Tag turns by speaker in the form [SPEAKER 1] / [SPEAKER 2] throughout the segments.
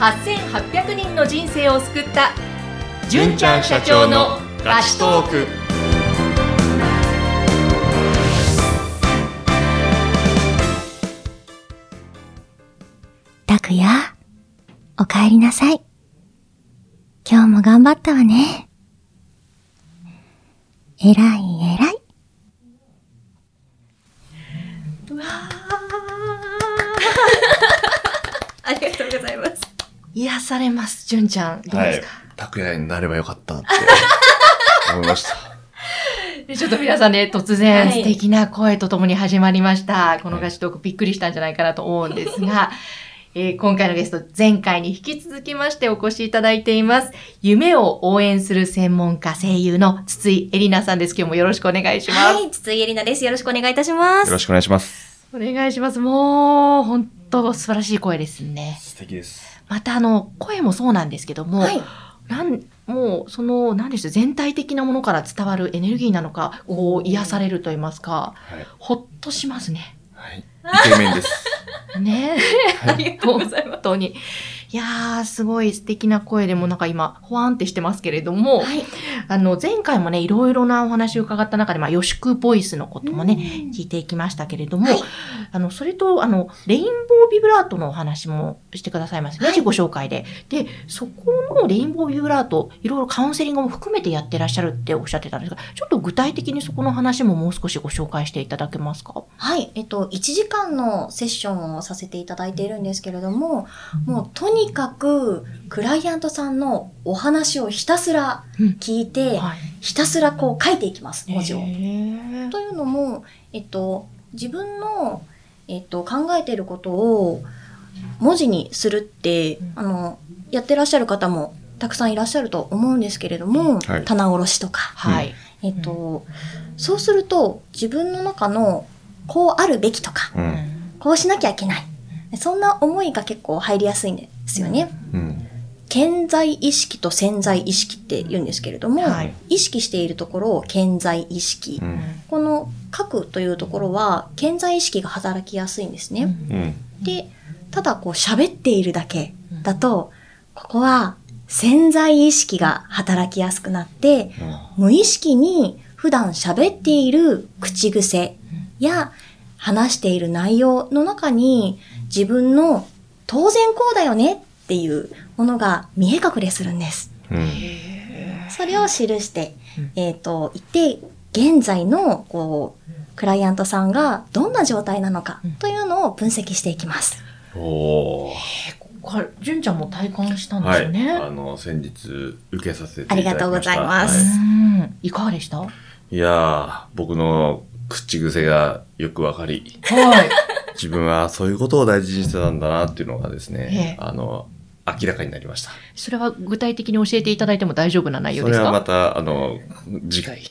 [SPEAKER 1] 8800人の人生を救った
[SPEAKER 2] 純ちゃん社長のラストーク
[SPEAKER 3] たくや、お帰りなさい。今日も頑張ったわね。えらいえらい。
[SPEAKER 1] わあありがとうございます癒されます純ちゃんどう
[SPEAKER 2] は
[SPEAKER 1] です
[SPEAKER 2] い
[SPEAKER 1] か、。
[SPEAKER 2] 拓也になればよかったって思いま した。
[SPEAKER 1] でちょっと皆さんね、突
[SPEAKER 4] は
[SPEAKER 1] 然
[SPEAKER 4] い
[SPEAKER 1] 素敵な声とともに始まりました。このガチトークびっくりしたんじゃないかなと思うんですが、 えー今回のゲスト、前回に引き続きましてお越しいただいています。夢を応援する専門家、声優の筒井絵里奈さんです。今日もよろしくお願いします。
[SPEAKER 4] はい、筒井絵里奈です。よろしくお願いいたしま
[SPEAKER 2] よ
[SPEAKER 4] す
[SPEAKER 2] ろ。しくお願いします。
[SPEAKER 1] お願いします。もう、本当素晴らしい声ですね。
[SPEAKER 2] 素敵です。
[SPEAKER 1] また、あの、声もそうなんですけども、
[SPEAKER 4] はい、
[SPEAKER 1] なんもう、その、何でしょう、全体的なものから伝わるエネルギーなのか、こう、癒されると言いますか、
[SPEAKER 2] はい。
[SPEAKER 1] ほっとしますね。
[SPEAKER 2] はい。イケメンです。
[SPEAKER 1] ね
[SPEAKER 2] は
[SPEAKER 1] ありがとうござい ます。本当に。いやー、すごい素敵な声でもうなんか今、ほわんってしてますけれども、
[SPEAKER 4] はい、
[SPEAKER 1] あの、前回もね、いろいろなお話を伺った中で、まあ、予祝ボイスのこともね、聞いていきましたけれども、
[SPEAKER 4] はい
[SPEAKER 1] あの、それと、あの、レインボービブラートのお話もしてくださいますね、
[SPEAKER 4] はい
[SPEAKER 1] 自己紹介で。で、そこのレインボービブラート、いろいろカウンセリングも含めてやってらっしゃるっておっしゃってたんですが、ちょっと具体的にそこの話ももう少しご紹介していただけますか
[SPEAKER 4] はい、えっと、1時間のセッションをさせていただいているんですけれども、もうとにかく、クライアントさんのお話をひたすら聞いて、
[SPEAKER 1] はい。
[SPEAKER 4] ひたすらこう書いていきます、文字を
[SPEAKER 1] へ。ー
[SPEAKER 4] というのも、えっと、自分の、えっと、考えていることを文字にするって、
[SPEAKER 1] うん
[SPEAKER 4] あの、やってらっしゃる方もたくさんいらっしゃると思うんですけれども、
[SPEAKER 2] はい
[SPEAKER 4] 棚卸しとか、
[SPEAKER 1] はい。
[SPEAKER 4] えっと、そうすると自分の中のこうあるべきとか、
[SPEAKER 2] うん。
[SPEAKER 4] こうしなきゃいけない。そんな思いが結構入りやすいんですよね。
[SPEAKER 2] うん。
[SPEAKER 4] 潜在意識と潜在意識って言うんですけれども、
[SPEAKER 1] はい
[SPEAKER 4] 意識しているところを潜在意識、
[SPEAKER 2] う。
[SPEAKER 1] うんん
[SPEAKER 4] この核というところは潜在意識が働きやすいんですね。
[SPEAKER 2] うん。
[SPEAKER 4] で、ただこう喋っているだけだと、ここは潜在意識が働きやすくなって、無意識に普段喋っている口癖や話している内容の中に自分の当然こうだよねっていうものが見え隠れするんです。
[SPEAKER 2] うん。
[SPEAKER 4] それを記して
[SPEAKER 1] うん、
[SPEAKER 4] えっ、と、いて、現在の、こう、クライアントさんがどんな状態なのか
[SPEAKER 1] うん
[SPEAKER 4] というのを分析していきます。
[SPEAKER 2] おー。
[SPEAKER 1] これ、純ちゃんも体感したんで
[SPEAKER 2] は
[SPEAKER 1] すよ
[SPEAKER 2] い。
[SPEAKER 1] ね。
[SPEAKER 2] あの、先日、受けさせていただきました。
[SPEAKER 4] ありがとうございま
[SPEAKER 2] は
[SPEAKER 4] す
[SPEAKER 2] い
[SPEAKER 1] うんいかがでしたはい
[SPEAKER 2] やー、僕の口癖がよくわかり、
[SPEAKER 1] い。
[SPEAKER 2] 自分はそういうことを大事にしてたんだなっていうのがですね、
[SPEAKER 1] ええ
[SPEAKER 2] あの、明らかになりました。
[SPEAKER 1] それは具体的に教えていただいても大丈夫な内容
[SPEAKER 2] そ
[SPEAKER 1] で
[SPEAKER 2] れ
[SPEAKER 1] す
[SPEAKER 2] はま
[SPEAKER 1] か
[SPEAKER 2] た、あの、次回。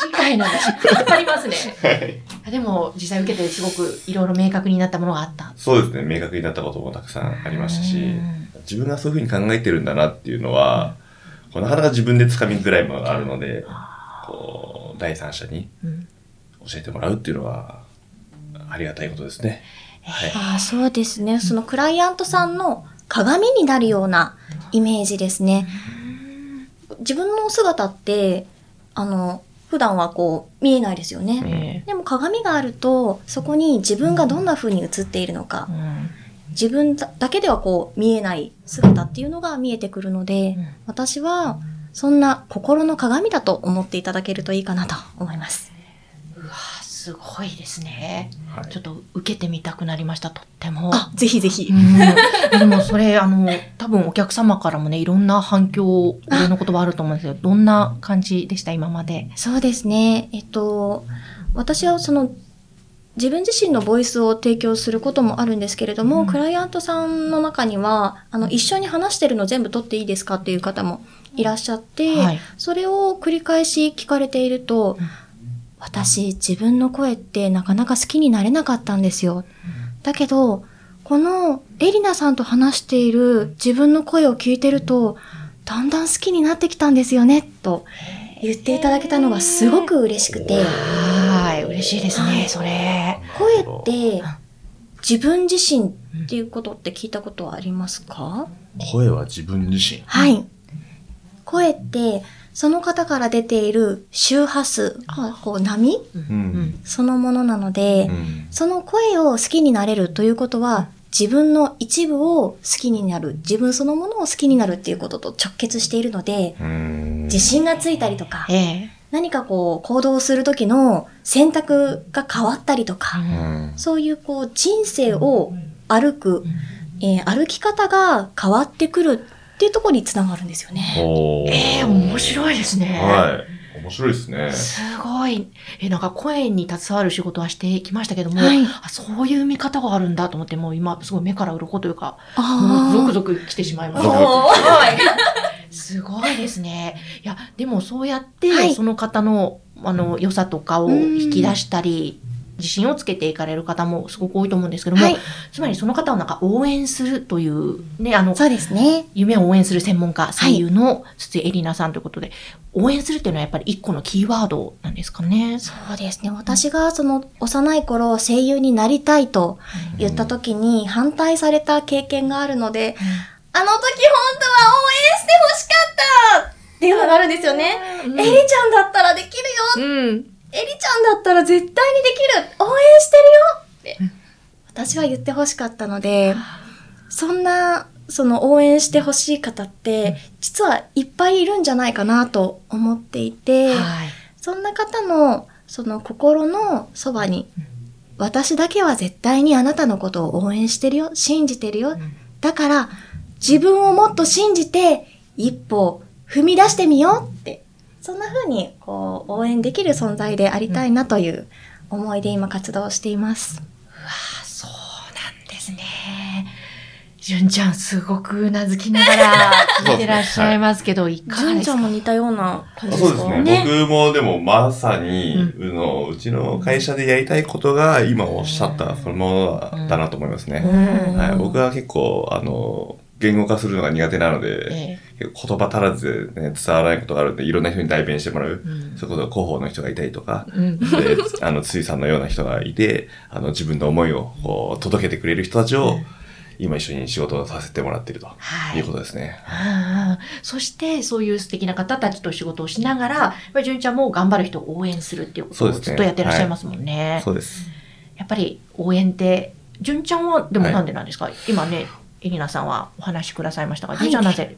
[SPEAKER 1] 次回の話、引っ張りますね。でも、実際受けてすごくいろいろ明確になったものがあった。
[SPEAKER 2] そうですね、明確になったこともたくさんありましたし
[SPEAKER 1] うん、
[SPEAKER 2] 自分がそういうふうに考えてるんだなっていうのは、こうなかなか自分で掴みづらいものがあるので、こう、第三者に
[SPEAKER 1] うん
[SPEAKER 2] 教えてもらうっていうのは、ありがたいことですね。はい。
[SPEAKER 4] ああそうですね。そのクライアントさんの鏡になるようなイメージですね。自分のお姿って、あの、普段はこう、見えないですよね。
[SPEAKER 1] え
[SPEAKER 4] でも鏡があると、そこに自分がどんな風に映っているのか
[SPEAKER 1] えう、ん
[SPEAKER 4] 自分だだけではこう見えない姿っていうのが見えてくるので、
[SPEAKER 1] うん
[SPEAKER 4] 私はそんな心の鏡だと思っていただけるといいかなと思います。
[SPEAKER 1] あすごいですね。
[SPEAKER 2] はい
[SPEAKER 1] ちょっと受けてみたくなりました、とっても。
[SPEAKER 4] あ、ぜひぜひ。
[SPEAKER 1] うんでもそれ、あの、多分お客様からもね、いろんな反響、お礼の言葉あると思うんですけど、どんな感じでした、今まで。
[SPEAKER 4] そうですね。えっと、私はその自分自身のボイスを提供することもあるんですけれども、
[SPEAKER 1] うん
[SPEAKER 4] クライアントさんの中には、あの、一緒に話してるの全部撮っていいですかっていう方もいらっしゃって、
[SPEAKER 1] はい
[SPEAKER 4] それを繰り返し聞かれていると、
[SPEAKER 1] うん
[SPEAKER 4] 私自分の声ってなかなか好きになれなかったんですよ。だけど、このエリナさんと話している自分の声を聞いてると、だんだん好きになってきたんですよね、と言っていただけたのがすごく嬉しくて、
[SPEAKER 1] はい、嬉しいですね、それ。
[SPEAKER 4] 声って自分自身っていうことって聞いたことはありますか、
[SPEAKER 2] 声は自分自身。
[SPEAKER 4] はい。声って、その方から出ている周波数、まあこう波
[SPEAKER 2] うん。
[SPEAKER 4] そのものなので、
[SPEAKER 2] うん。
[SPEAKER 4] その声を好きになれるということは、自分の一部を好きになる、自分そのものを好きになるっていうことと直結しているので、
[SPEAKER 2] うん。
[SPEAKER 4] 自信がついたりとか、
[SPEAKER 1] ええ。
[SPEAKER 4] 何かこう行動する時の選択が変わったりとか、
[SPEAKER 2] うん。
[SPEAKER 4] そういうこう人生を歩く、えー歩き方が変わってくるっていうところにつながるんですよね。
[SPEAKER 2] おー
[SPEAKER 1] ええ、面白いですね。
[SPEAKER 2] はい。面白いですね。
[SPEAKER 1] すごい。え、なんか声に携わる仕事はしてきましたけども、
[SPEAKER 4] はい
[SPEAKER 1] あそういう見方があるんだと思って、もう今、すごい目から鱗というか、もう
[SPEAKER 4] あ
[SPEAKER 1] ゾ
[SPEAKER 4] ー
[SPEAKER 1] クゾク来てしまいま
[SPEAKER 2] ゾ
[SPEAKER 1] し
[SPEAKER 2] クゾ
[SPEAKER 1] た
[SPEAKER 2] ク。
[SPEAKER 1] すごいですね。いや、でもそうやって、
[SPEAKER 4] はい
[SPEAKER 1] その方の、あの、良さとかを引き出したり、自信をつけていかれる方もすごく多いと思うんですけども、
[SPEAKER 4] はい、
[SPEAKER 1] つまりその方をなんか応援するという、ね、あの、
[SPEAKER 4] そうですね。
[SPEAKER 1] 夢を応援する専門家、声優の筒井絵里奈さんということで、応援するっていうのはやっぱり一個のキーワードなんですかね。
[SPEAKER 4] そうですね。私がその幼い頃声優になりたいと言った時に反対された経験があるので、あの時本当は応援してほしかったっていうのがあるんですよね。
[SPEAKER 1] うん
[SPEAKER 4] エリちゃんだったらできるよ
[SPEAKER 1] うん。
[SPEAKER 4] エリちゃんだったら絶対にできる応援してるよって私は言ってほしかったので、そんな、その応援してほしい方って、実はいっぱいいるんじゃないかなと思っていて、
[SPEAKER 1] はい。
[SPEAKER 4] そんな方の、その心のそばに、私だけは絶対にあなたのことを応援してるよ、信じてるよ。だから、自分をもっと信じて、一歩踏み出してみようって、そんな風に、こう、応援できる存在でありたいなという思いで今活動しています。
[SPEAKER 1] あそうなんですね。純ちゃん、すごくうなずきながら聞いてらっしゃいますけど、いかが
[SPEAKER 4] 純
[SPEAKER 1] で
[SPEAKER 4] ち
[SPEAKER 1] す
[SPEAKER 4] ゃ
[SPEAKER 1] か
[SPEAKER 4] んも似たような感
[SPEAKER 2] あ
[SPEAKER 4] じで
[SPEAKER 2] そう
[SPEAKER 4] す
[SPEAKER 2] で
[SPEAKER 4] か
[SPEAKER 2] すね。僕もでもまさに、うのうちの会社でやりたいことが今おっしゃったそのものだなと思いますね。
[SPEAKER 1] うん
[SPEAKER 2] はい、僕は結構、あの、言語化するのが苦手なので、
[SPEAKER 1] え
[SPEAKER 2] 結構言葉足らずで、ね、伝わらないことがあるんで、いろんな人に代弁してもらう
[SPEAKER 1] え。うん
[SPEAKER 2] そういうこと広報の人がいたりとか、
[SPEAKER 1] うん
[SPEAKER 2] で、あの、ついさんのような人がいて、あの、自分の思いをこう届けてくれる人たちを、今一緒に仕事をさせてもらっていると
[SPEAKER 1] はいい。
[SPEAKER 2] うことですね。
[SPEAKER 1] うんうんそして、そういう素敵な方たちと仕事をしながら、やっぱり純ちゃんも頑張る人を応援するっていうこと
[SPEAKER 2] そう
[SPEAKER 1] を
[SPEAKER 2] ですね
[SPEAKER 1] ずっとやってらっしゃいますもんね。
[SPEAKER 2] そうです。
[SPEAKER 1] やっぱり応援って、純ちゃんは、でも
[SPEAKER 2] はい
[SPEAKER 1] なんでなんですか、今ね、エリナさんはお話しくださいましたが、
[SPEAKER 4] はい
[SPEAKER 1] 純ちゃんはなぜ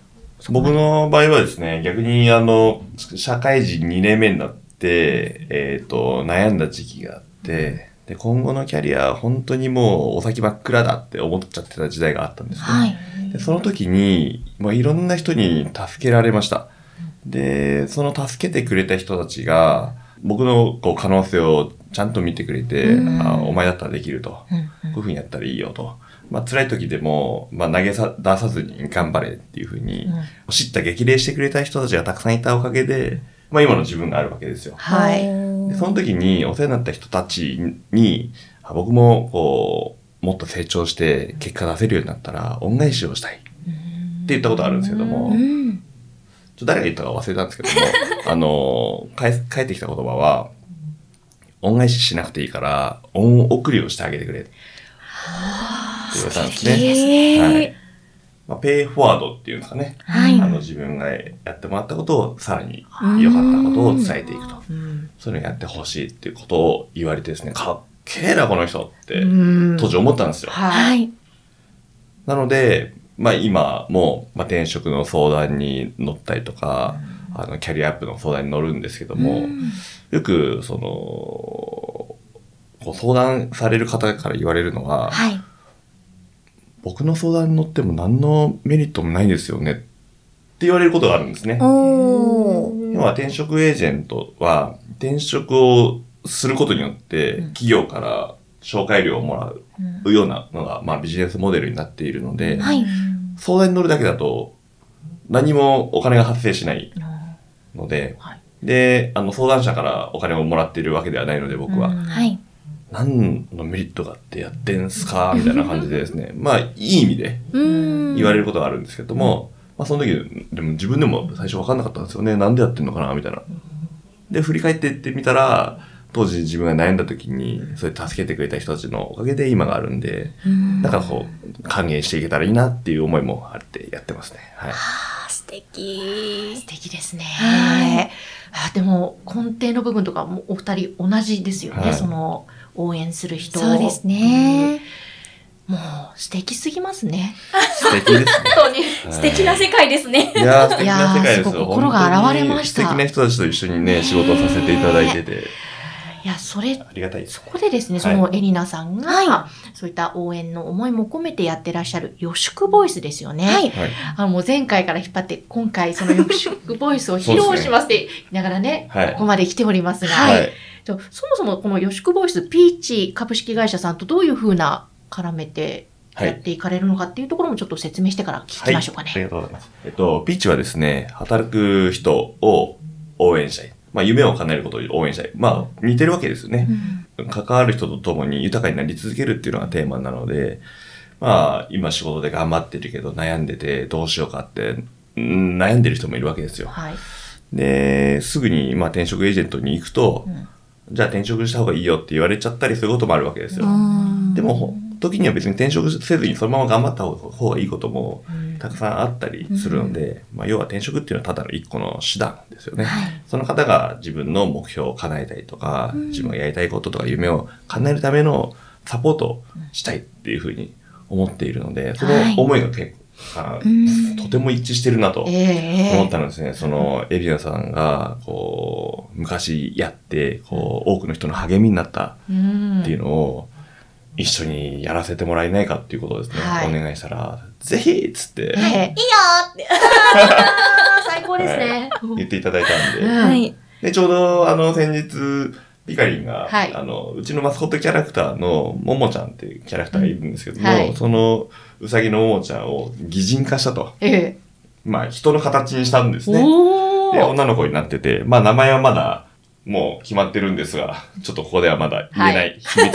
[SPEAKER 2] 僕の場合はですね、逆にあの、社会人2年目になって、えっ、と、悩んだ時期があって、で、今後のキャリア、本当にもうお先真っ暗だって思っちゃってた時代があったんですね。
[SPEAKER 4] はい。
[SPEAKER 2] でその時に、まあ、いろんな人に助けられました。で、その助けてくれた人たちが、僕のこう可能性をちゃんと見てくれて、
[SPEAKER 1] うん
[SPEAKER 2] あお前だったらできると。
[SPEAKER 1] うん
[SPEAKER 2] こういうふうにやったらいいよと。まあ、辛い時でも、まあ、投げさ出さずに頑張れっていうふうに、
[SPEAKER 1] うん
[SPEAKER 2] 知った激励してくれた人たちがたくさんいたおかげで、まあ、今の自分があるわけですよ。
[SPEAKER 1] はい。
[SPEAKER 2] でその時にお世話になった人たちに、あ僕もこう、もっと成長して結果出せるようになったら恩返しをしたいって言ったことあるんですけども、ちょ
[SPEAKER 4] ん。
[SPEAKER 2] っと誰が言ったか忘れたんですけども、あの、返す返ってきた言葉は、恩返ししなくていいから、恩送りをしてあげてくれって言われたんですね。はい。まあ、ペイフォワードっていうんですかね。
[SPEAKER 4] はい
[SPEAKER 2] あの、自分がやってもらったことを、さらに良かったことを伝えていくと。
[SPEAKER 1] うん
[SPEAKER 2] そういうのやってほしいっていうことを言われてですね、かっけえな、この人って、
[SPEAKER 1] うん
[SPEAKER 2] 当時思ったんですよ。
[SPEAKER 1] は。
[SPEAKER 4] はいい。
[SPEAKER 2] なので、まあ今も、まあ転職の相談に乗ったりとか、あの、キャリアアップの相談に乗るんですけども、よく、その、こう相談される方から言われるのは、
[SPEAKER 4] はい。
[SPEAKER 2] 僕の相談に乗っても何のメリットもないですよねって言われることがあるんですね。
[SPEAKER 4] おー。
[SPEAKER 2] 要は転職エージェントは転職をすることによって企業から紹介料をもらうようなのが、まあ、ビジネスモデルになっているので、
[SPEAKER 4] はい。
[SPEAKER 2] 相談に乗るだけだと何もお金が発生しないので、
[SPEAKER 1] はい
[SPEAKER 2] であの相談者からお金をもらっているわけではないので僕は、
[SPEAKER 4] はい。
[SPEAKER 2] 何のメリットがあってやってんすかみたいな感じでですねまあいい意味で
[SPEAKER 4] うん
[SPEAKER 2] 言われることがあるんですけども、まあその時、でも自分でも最初分かんなかったんですよね。なんでやってんのかなみたいな。で、振り返っていってみたら、当時自分が悩んだ時に、そういう助けてくれた人たちのおかげで今があるんで、
[SPEAKER 4] うん
[SPEAKER 2] だからこう、還元していけたらいいなっていう思いもあってやってますね。はい。
[SPEAKER 4] あー素敵
[SPEAKER 1] 素。敵ですね。
[SPEAKER 4] はい
[SPEAKER 1] あでも根底の部分とかもお二人同じですよね、
[SPEAKER 2] はい
[SPEAKER 1] その応援する人
[SPEAKER 4] そうですね。
[SPEAKER 1] うんもう素敵すぎますね
[SPEAKER 2] 素敵ですね。
[SPEAKER 4] 本当に
[SPEAKER 2] はい
[SPEAKER 4] 素敵な世界ですね。
[SPEAKER 2] いやー、素敵な世界です
[SPEAKER 1] いやーすご
[SPEAKER 2] よ。
[SPEAKER 1] い心が洗われました
[SPEAKER 2] 本当に素敵な人たちと一緒にね、仕事をさせていただいてて、
[SPEAKER 1] いやそれ
[SPEAKER 2] ありがたいです
[SPEAKER 1] そ。こでですね、
[SPEAKER 2] はい
[SPEAKER 1] そのエリナさんが、
[SPEAKER 4] は
[SPEAKER 1] そういった応援の思いも込めてやってらっしゃる予祝ボイスですよね。
[SPEAKER 4] はい。
[SPEAKER 2] はい。
[SPEAKER 1] あのもう前回から引っ張って、今回その予祝ボイスを披
[SPEAKER 2] そうです
[SPEAKER 1] 露
[SPEAKER 2] ね
[SPEAKER 1] しますって言いながらね、
[SPEAKER 2] はい
[SPEAKER 1] ここまで来ておりますが、
[SPEAKER 4] はい
[SPEAKER 2] はい。
[SPEAKER 1] とそもそもこの予祝ボイス、ピーチ株式会社さんとどういうふうな絡めて
[SPEAKER 2] は
[SPEAKER 1] や
[SPEAKER 2] い
[SPEAKER 1] っ。ていかれるのかっていうところもちょっと説明してから聞きましょうか
[SPEAKER 2] はい。あり
[SPEAKER 1] ね。
[SPEAKER 2] がとうございます。えっと、ピーチはですね、働く人を応援したい。まあ、夢を叶えることを応援したい。まあ、似てるわけですよね。関わる人と共に豊かになり続けるっていうのがテーマなので、まあ、今仕事で頑張ってるけど悩んでてどうしようかって、うん悩んでる人もいるわけですよ。
[SPEAKER 1] はい。
[SPEAKER 2] で、すぐに、まあ、転職エージェントに行くと、
[SPEAKER 1] うん
[SPEAKER 2] じゃあ転職した方がいいよって言われちゃったりすることもあるわけですよ。
[SPEAKER 4] うん
[SPEAKER 2] でも、ほ時には別に転職せずにそのまま頑張った方方がいいこともたくさんあったりするので、まあ、要は転職っていうのはただの一個の手段ですよね。その方が自分の目標を叶えたりとか、自分がやりたいこととか夢を叶えるためのサポートをしたいっていうふうに思っているので、その思いが結構、あ
[SPEAKER 3] うん
[SPEAKER 2] とても一致してるなと
[SPEAKER 1] ええ
[SPEAKER 2] 思っ
[SPEAKER 1] ええ
[SPEAKER 2] たのはですね、そのエビナさんが、こう、昔やって、こう、多くの人の励みになった
[SPEAKER 1] うん
[SPEAKER 2] っていうのを、一緒にやらせてもらえないかっていうことをですね、
[SPEAKER 1] はい
[SPEAKER 2] お願いしたら、ぜひっつって
[SPEAKER 1] ええ
[SPEAKER 4] いいよーって。
[SPEAKER 1] 最高ですね。
[SPEAKER 2] 言っていただいたんで、
[SPEAKER 1] うん
[SPEAKER 4] はい。。
[SPEAKER 2] で、ちょうど、あの、先日、ピカリンが、
[SPEAKER 1] はい
[SPEAKER 2] あの、うちのマスコットキャラクターの、ももちゃんっていうキャラクターがいるんですけども、
[SPEAKER 1] うんはい
[SPEAKER 2] その、うさぎのももちゃんを擬人化したと。
[SPEAKER 1] ええ
[SPEAKER 2] まあ、人の形にしたんですね。
[SPEAKER 1] お
[SPEAKER 2] で、
[SPEAKER 1] ー
[SPEAKER 2] 女の子になってて、まあ、名前はまだ、もう決まってるんですが、ちょっとここではまだ言えない秘密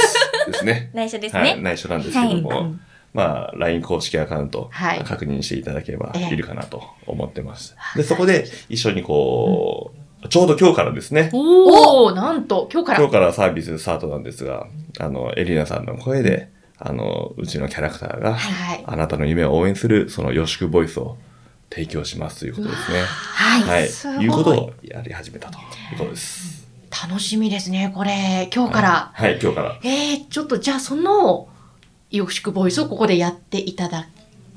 [SPEAKER 2] ですね
[SPEAKER 4] 内緒です
[SPEAKER 2] は
[SPEAKER 4] ね
[SPEAKER 2] い、。内緒なんですけども、
[SPEAKER 4] はい
[SPEAKER 2] まあ、LINE 公式アカウント、
[SPEAKER 1] はい
[SPEAKER 2] 確認していただければ
[SPEAKER 1] ええ
[SPEAKER 2] いるかなと思ってます。で、そこで一緒にこう、ちょうど今日からですね、
[SPEAKER 1] おーなんと、今日から。
[SPEAKER 2] 今日からサービススタートなんですが、あの、エリナさんの声で、あの、うちのキャラクターが、
[SPEAKER 1] はい。
[SPEAKER 2] あなたの夢を応援する、その予祝ボイスを提供しますということですね。
[SPEAKER 4] は。
[SPEAKER 2] はいい。
[SPEAKER 1] すごい
[SPEAKER 2] いうことをやり始めたということです。
[SPEAKER 1] 楽しみですね、これ。今日から。
[SPEAKER 2] はい、はい今日から。
[SPEAKER 1] えー、ちょっとじゃあその、よしくボイスをここでやっていただ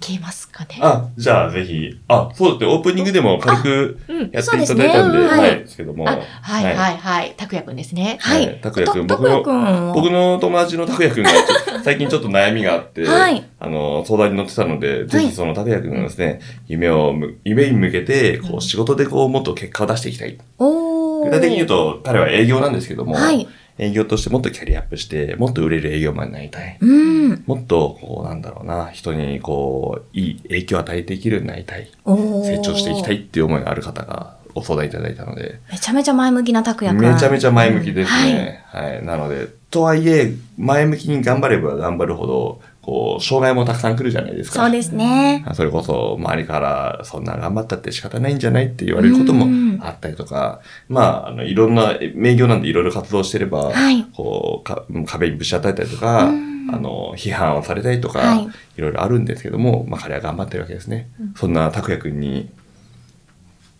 [SPEAKER 1] けますかね。
[SPEAKER 2] あ、じゃあぜひ、あ、そうですね、オープニングでも軽く
[SPEAKER 1] うん。
[SPEAKER 2] やっていただいたんで、
[SPEAKER 4] そうですね
[SPEAKER 2] は
[SPEAKER 4] はい
[SPEAKER 2] い、ですけども。
[SPEAKER 1] あ、はいはい
[SPEAKER 2] い。
[SPEAKER 1] はいはい。拓也くんですね。
[SPEAKER 4] はい
[SPEAKER 2] はい拓也くん
[SPEAKER 4] と
[SPEAKER 2] 僕の
[SPEAKER 4] 拓也くんを
[SPEAKER 2] 僕の友達の拓也くんが、ちょ最近ちょっと 悩みがあって、
[SPEAKER 4] はい
[SPEAKER 2] あの、相談に乗ってたので、ぜひその拓也くんがですね、夢をむ、夢に向けて、こう、仕事でこう、もっと結果を出していきたい。
[SPEAKER 4] おー。
[SPEAKER 2] 具体的に言うと、彼は営業なんですけども、
[SPEAKER 4] はい。
[SPEAKER 2] 営業としてもっとキャリアアップして、もっと売れる営業マンになりたい。
[SPEAKER 4] うん。
[SPEAKER 2] もっと、こう、なんだろうな、人に、こう、いい影響を与えていけるようになりたい。
[SPEAKER 4] おー
[SPEAKER 2] 成長していきたいっていう思いがある方が、お相談いただいたので、
[SPEAKER 4] めちゃめちゃ前向きな拓也くん。
[SPEAKER 2] めちゃめちゃ前向きですね。はい、なので、とはいえ、前向きに頑張れば頑張るほど、こう、障害もたくさん来るじゃないですか。
[SPEAKER 4] そうですね。
[SPEAKER 2] あそれこそ、周りから、そんな頑張ったって仕方ないんじゃないって言われること
[SPEAKER 4] うん
[SPEAKER 2] もあったりとか、まあ、あの、いろんな、え名業なんでいろいろ活動してれば、
[SPEAKER 4] はい
[SPEAKER 2] こうか、壁にぶち当たったりとか、あの、批判をされたりとか、
[SPEAKER 4] はい
[SPEAKER 2] い、ろいろあるんですけども、まあ、彼は頑張ってるわけですね。そんな、拓也くんに、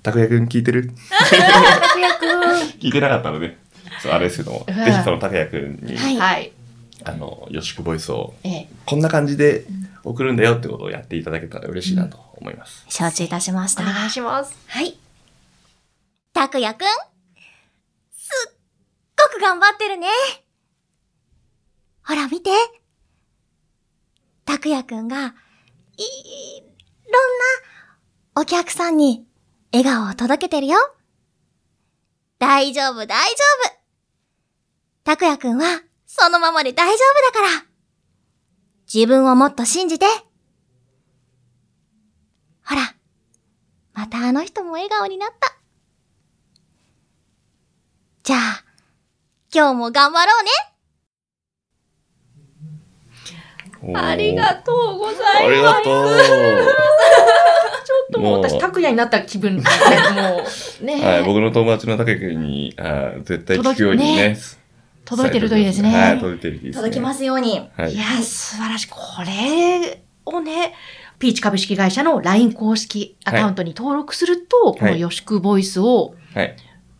[SPEAKER 2] 拓也くん聞いてる
[SPEAKER 4] 拓也くん。
[SPEAKER 2] 聞いてなかったので、そうあれですけども、ぜ
[SPEAKER 1] はい
[SPEAKER 2] ひその拓也くんに、
[SPEAKER 4] はい
[SPEAKER 1] はい。
[SPEAKER 2] あの、よしくボイスを、
[SPEAKER 1] ええ
[SPEAKER 2] こんな感じで送るんだよってことをやっていただけたら嬉しいなと思います。
[SPEAKER 4] 承知いたしまし
[SPEAKER 1] お
[SPEAKER 4] た。
[SPEAKER 1] 願いします。
[SPEAKER 4] はい。
[SPEAKER 3] たくやくん、すっごく頑張ってるね。ほら見て。たくやくんが、い、いろんなお客さんに笑顔を届けてるよ。大丈夫、大丈夫。たくやくんはそのままで大丈夫だから。自分をもっと信じて。ほら、またあの人も笑顔になった。じゃあ、今日も頑張ろうね
[SPEAKER 2] おー
[SPEAKER 1] ありがとうござ
[SPEAKER 2] あ
[SPEAKER 1] い
[SPEAKER 2] り
[SPEAKER 1] ます
[SPEAKER 2] が。とう。
[SPEAKER 1] ちょっともう
[SPEAKER 2] もう
[SPEAKER 1] 私、拓也になった気分で、もう ね。
[SPEAKER 2] はい、僕の友達の拓也くんにあー、絶対聞くようにね、
[SPEAKER 1] 届いてるといいですね。
[SPEAKER 2] はい、届いてるといいですね。。
[SPEAKER 4] 届きますすように。
[SPEAKER 2] はい
[SPEAKER 1] い。や、素晴らしい。これをね、ピーチ株式会社の LINE 公式アカウントに登録すると、このよしくボイスを
[SPEAKER 2] はい。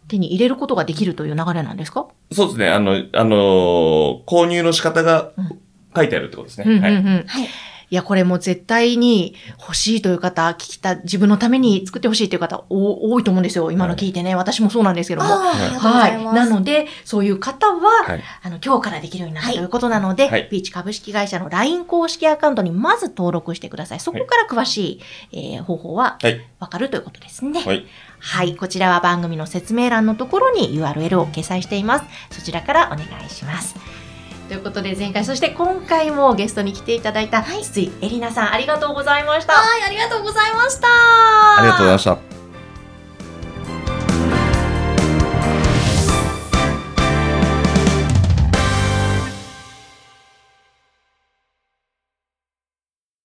[SPEAKER 1] 手に入れることができるという流れなんですか、
[SPEAKER 2] そうですね。あの、あのー購入の仕方が
[SPEAKER 1] うん
[SPEAKER 2] 書いてあるってことですね。
[SPEAKER 1] うんうん
[SPEAKER 2] はい。
[SPEAKER 1] うん。
[SPEAKER 4] はい。
[SPEAKER 1] いや、これもう絶対に欲しいという方、聞きた、自分のために作ってほしいという方、お多いと思うんですよ。今の聞いてね。私もそうなんですけども。
[SPEAKER 4] ああ、ありがとうござ
[SPEAKER 1] はいい。
[SPEAKER 4] ます。
[SPEAKER 1] なので、そういう方は、
[SPEAKER 2] はい。
[SPEAKER 1] あの、今日からできるようになる
[SPEAKER 4] はい
[SPEAKER 1] ということなので、
[SPEAKER 2] はい
[SPEAKER 1] ピーチ株式会社の LINE 公式アカウントにまず登録してください。そこから詳しい、えー方法は
[SPEAKER 2] はい。
[SPEAKER 1] わかるということですね。
[SPEAKER 2] はい。
[SPEAKER 1] はい。こちらは番組の説明欄のところに URL を掲載しています。そちらからお願いします。ということで前回、そして今回もゲストに来ていただいた筒井絵里奈さん、ありがとうございました。
[SPEAKER 4] はい、ありがとうございました。
[SPEAKER 2] ありがとうございました。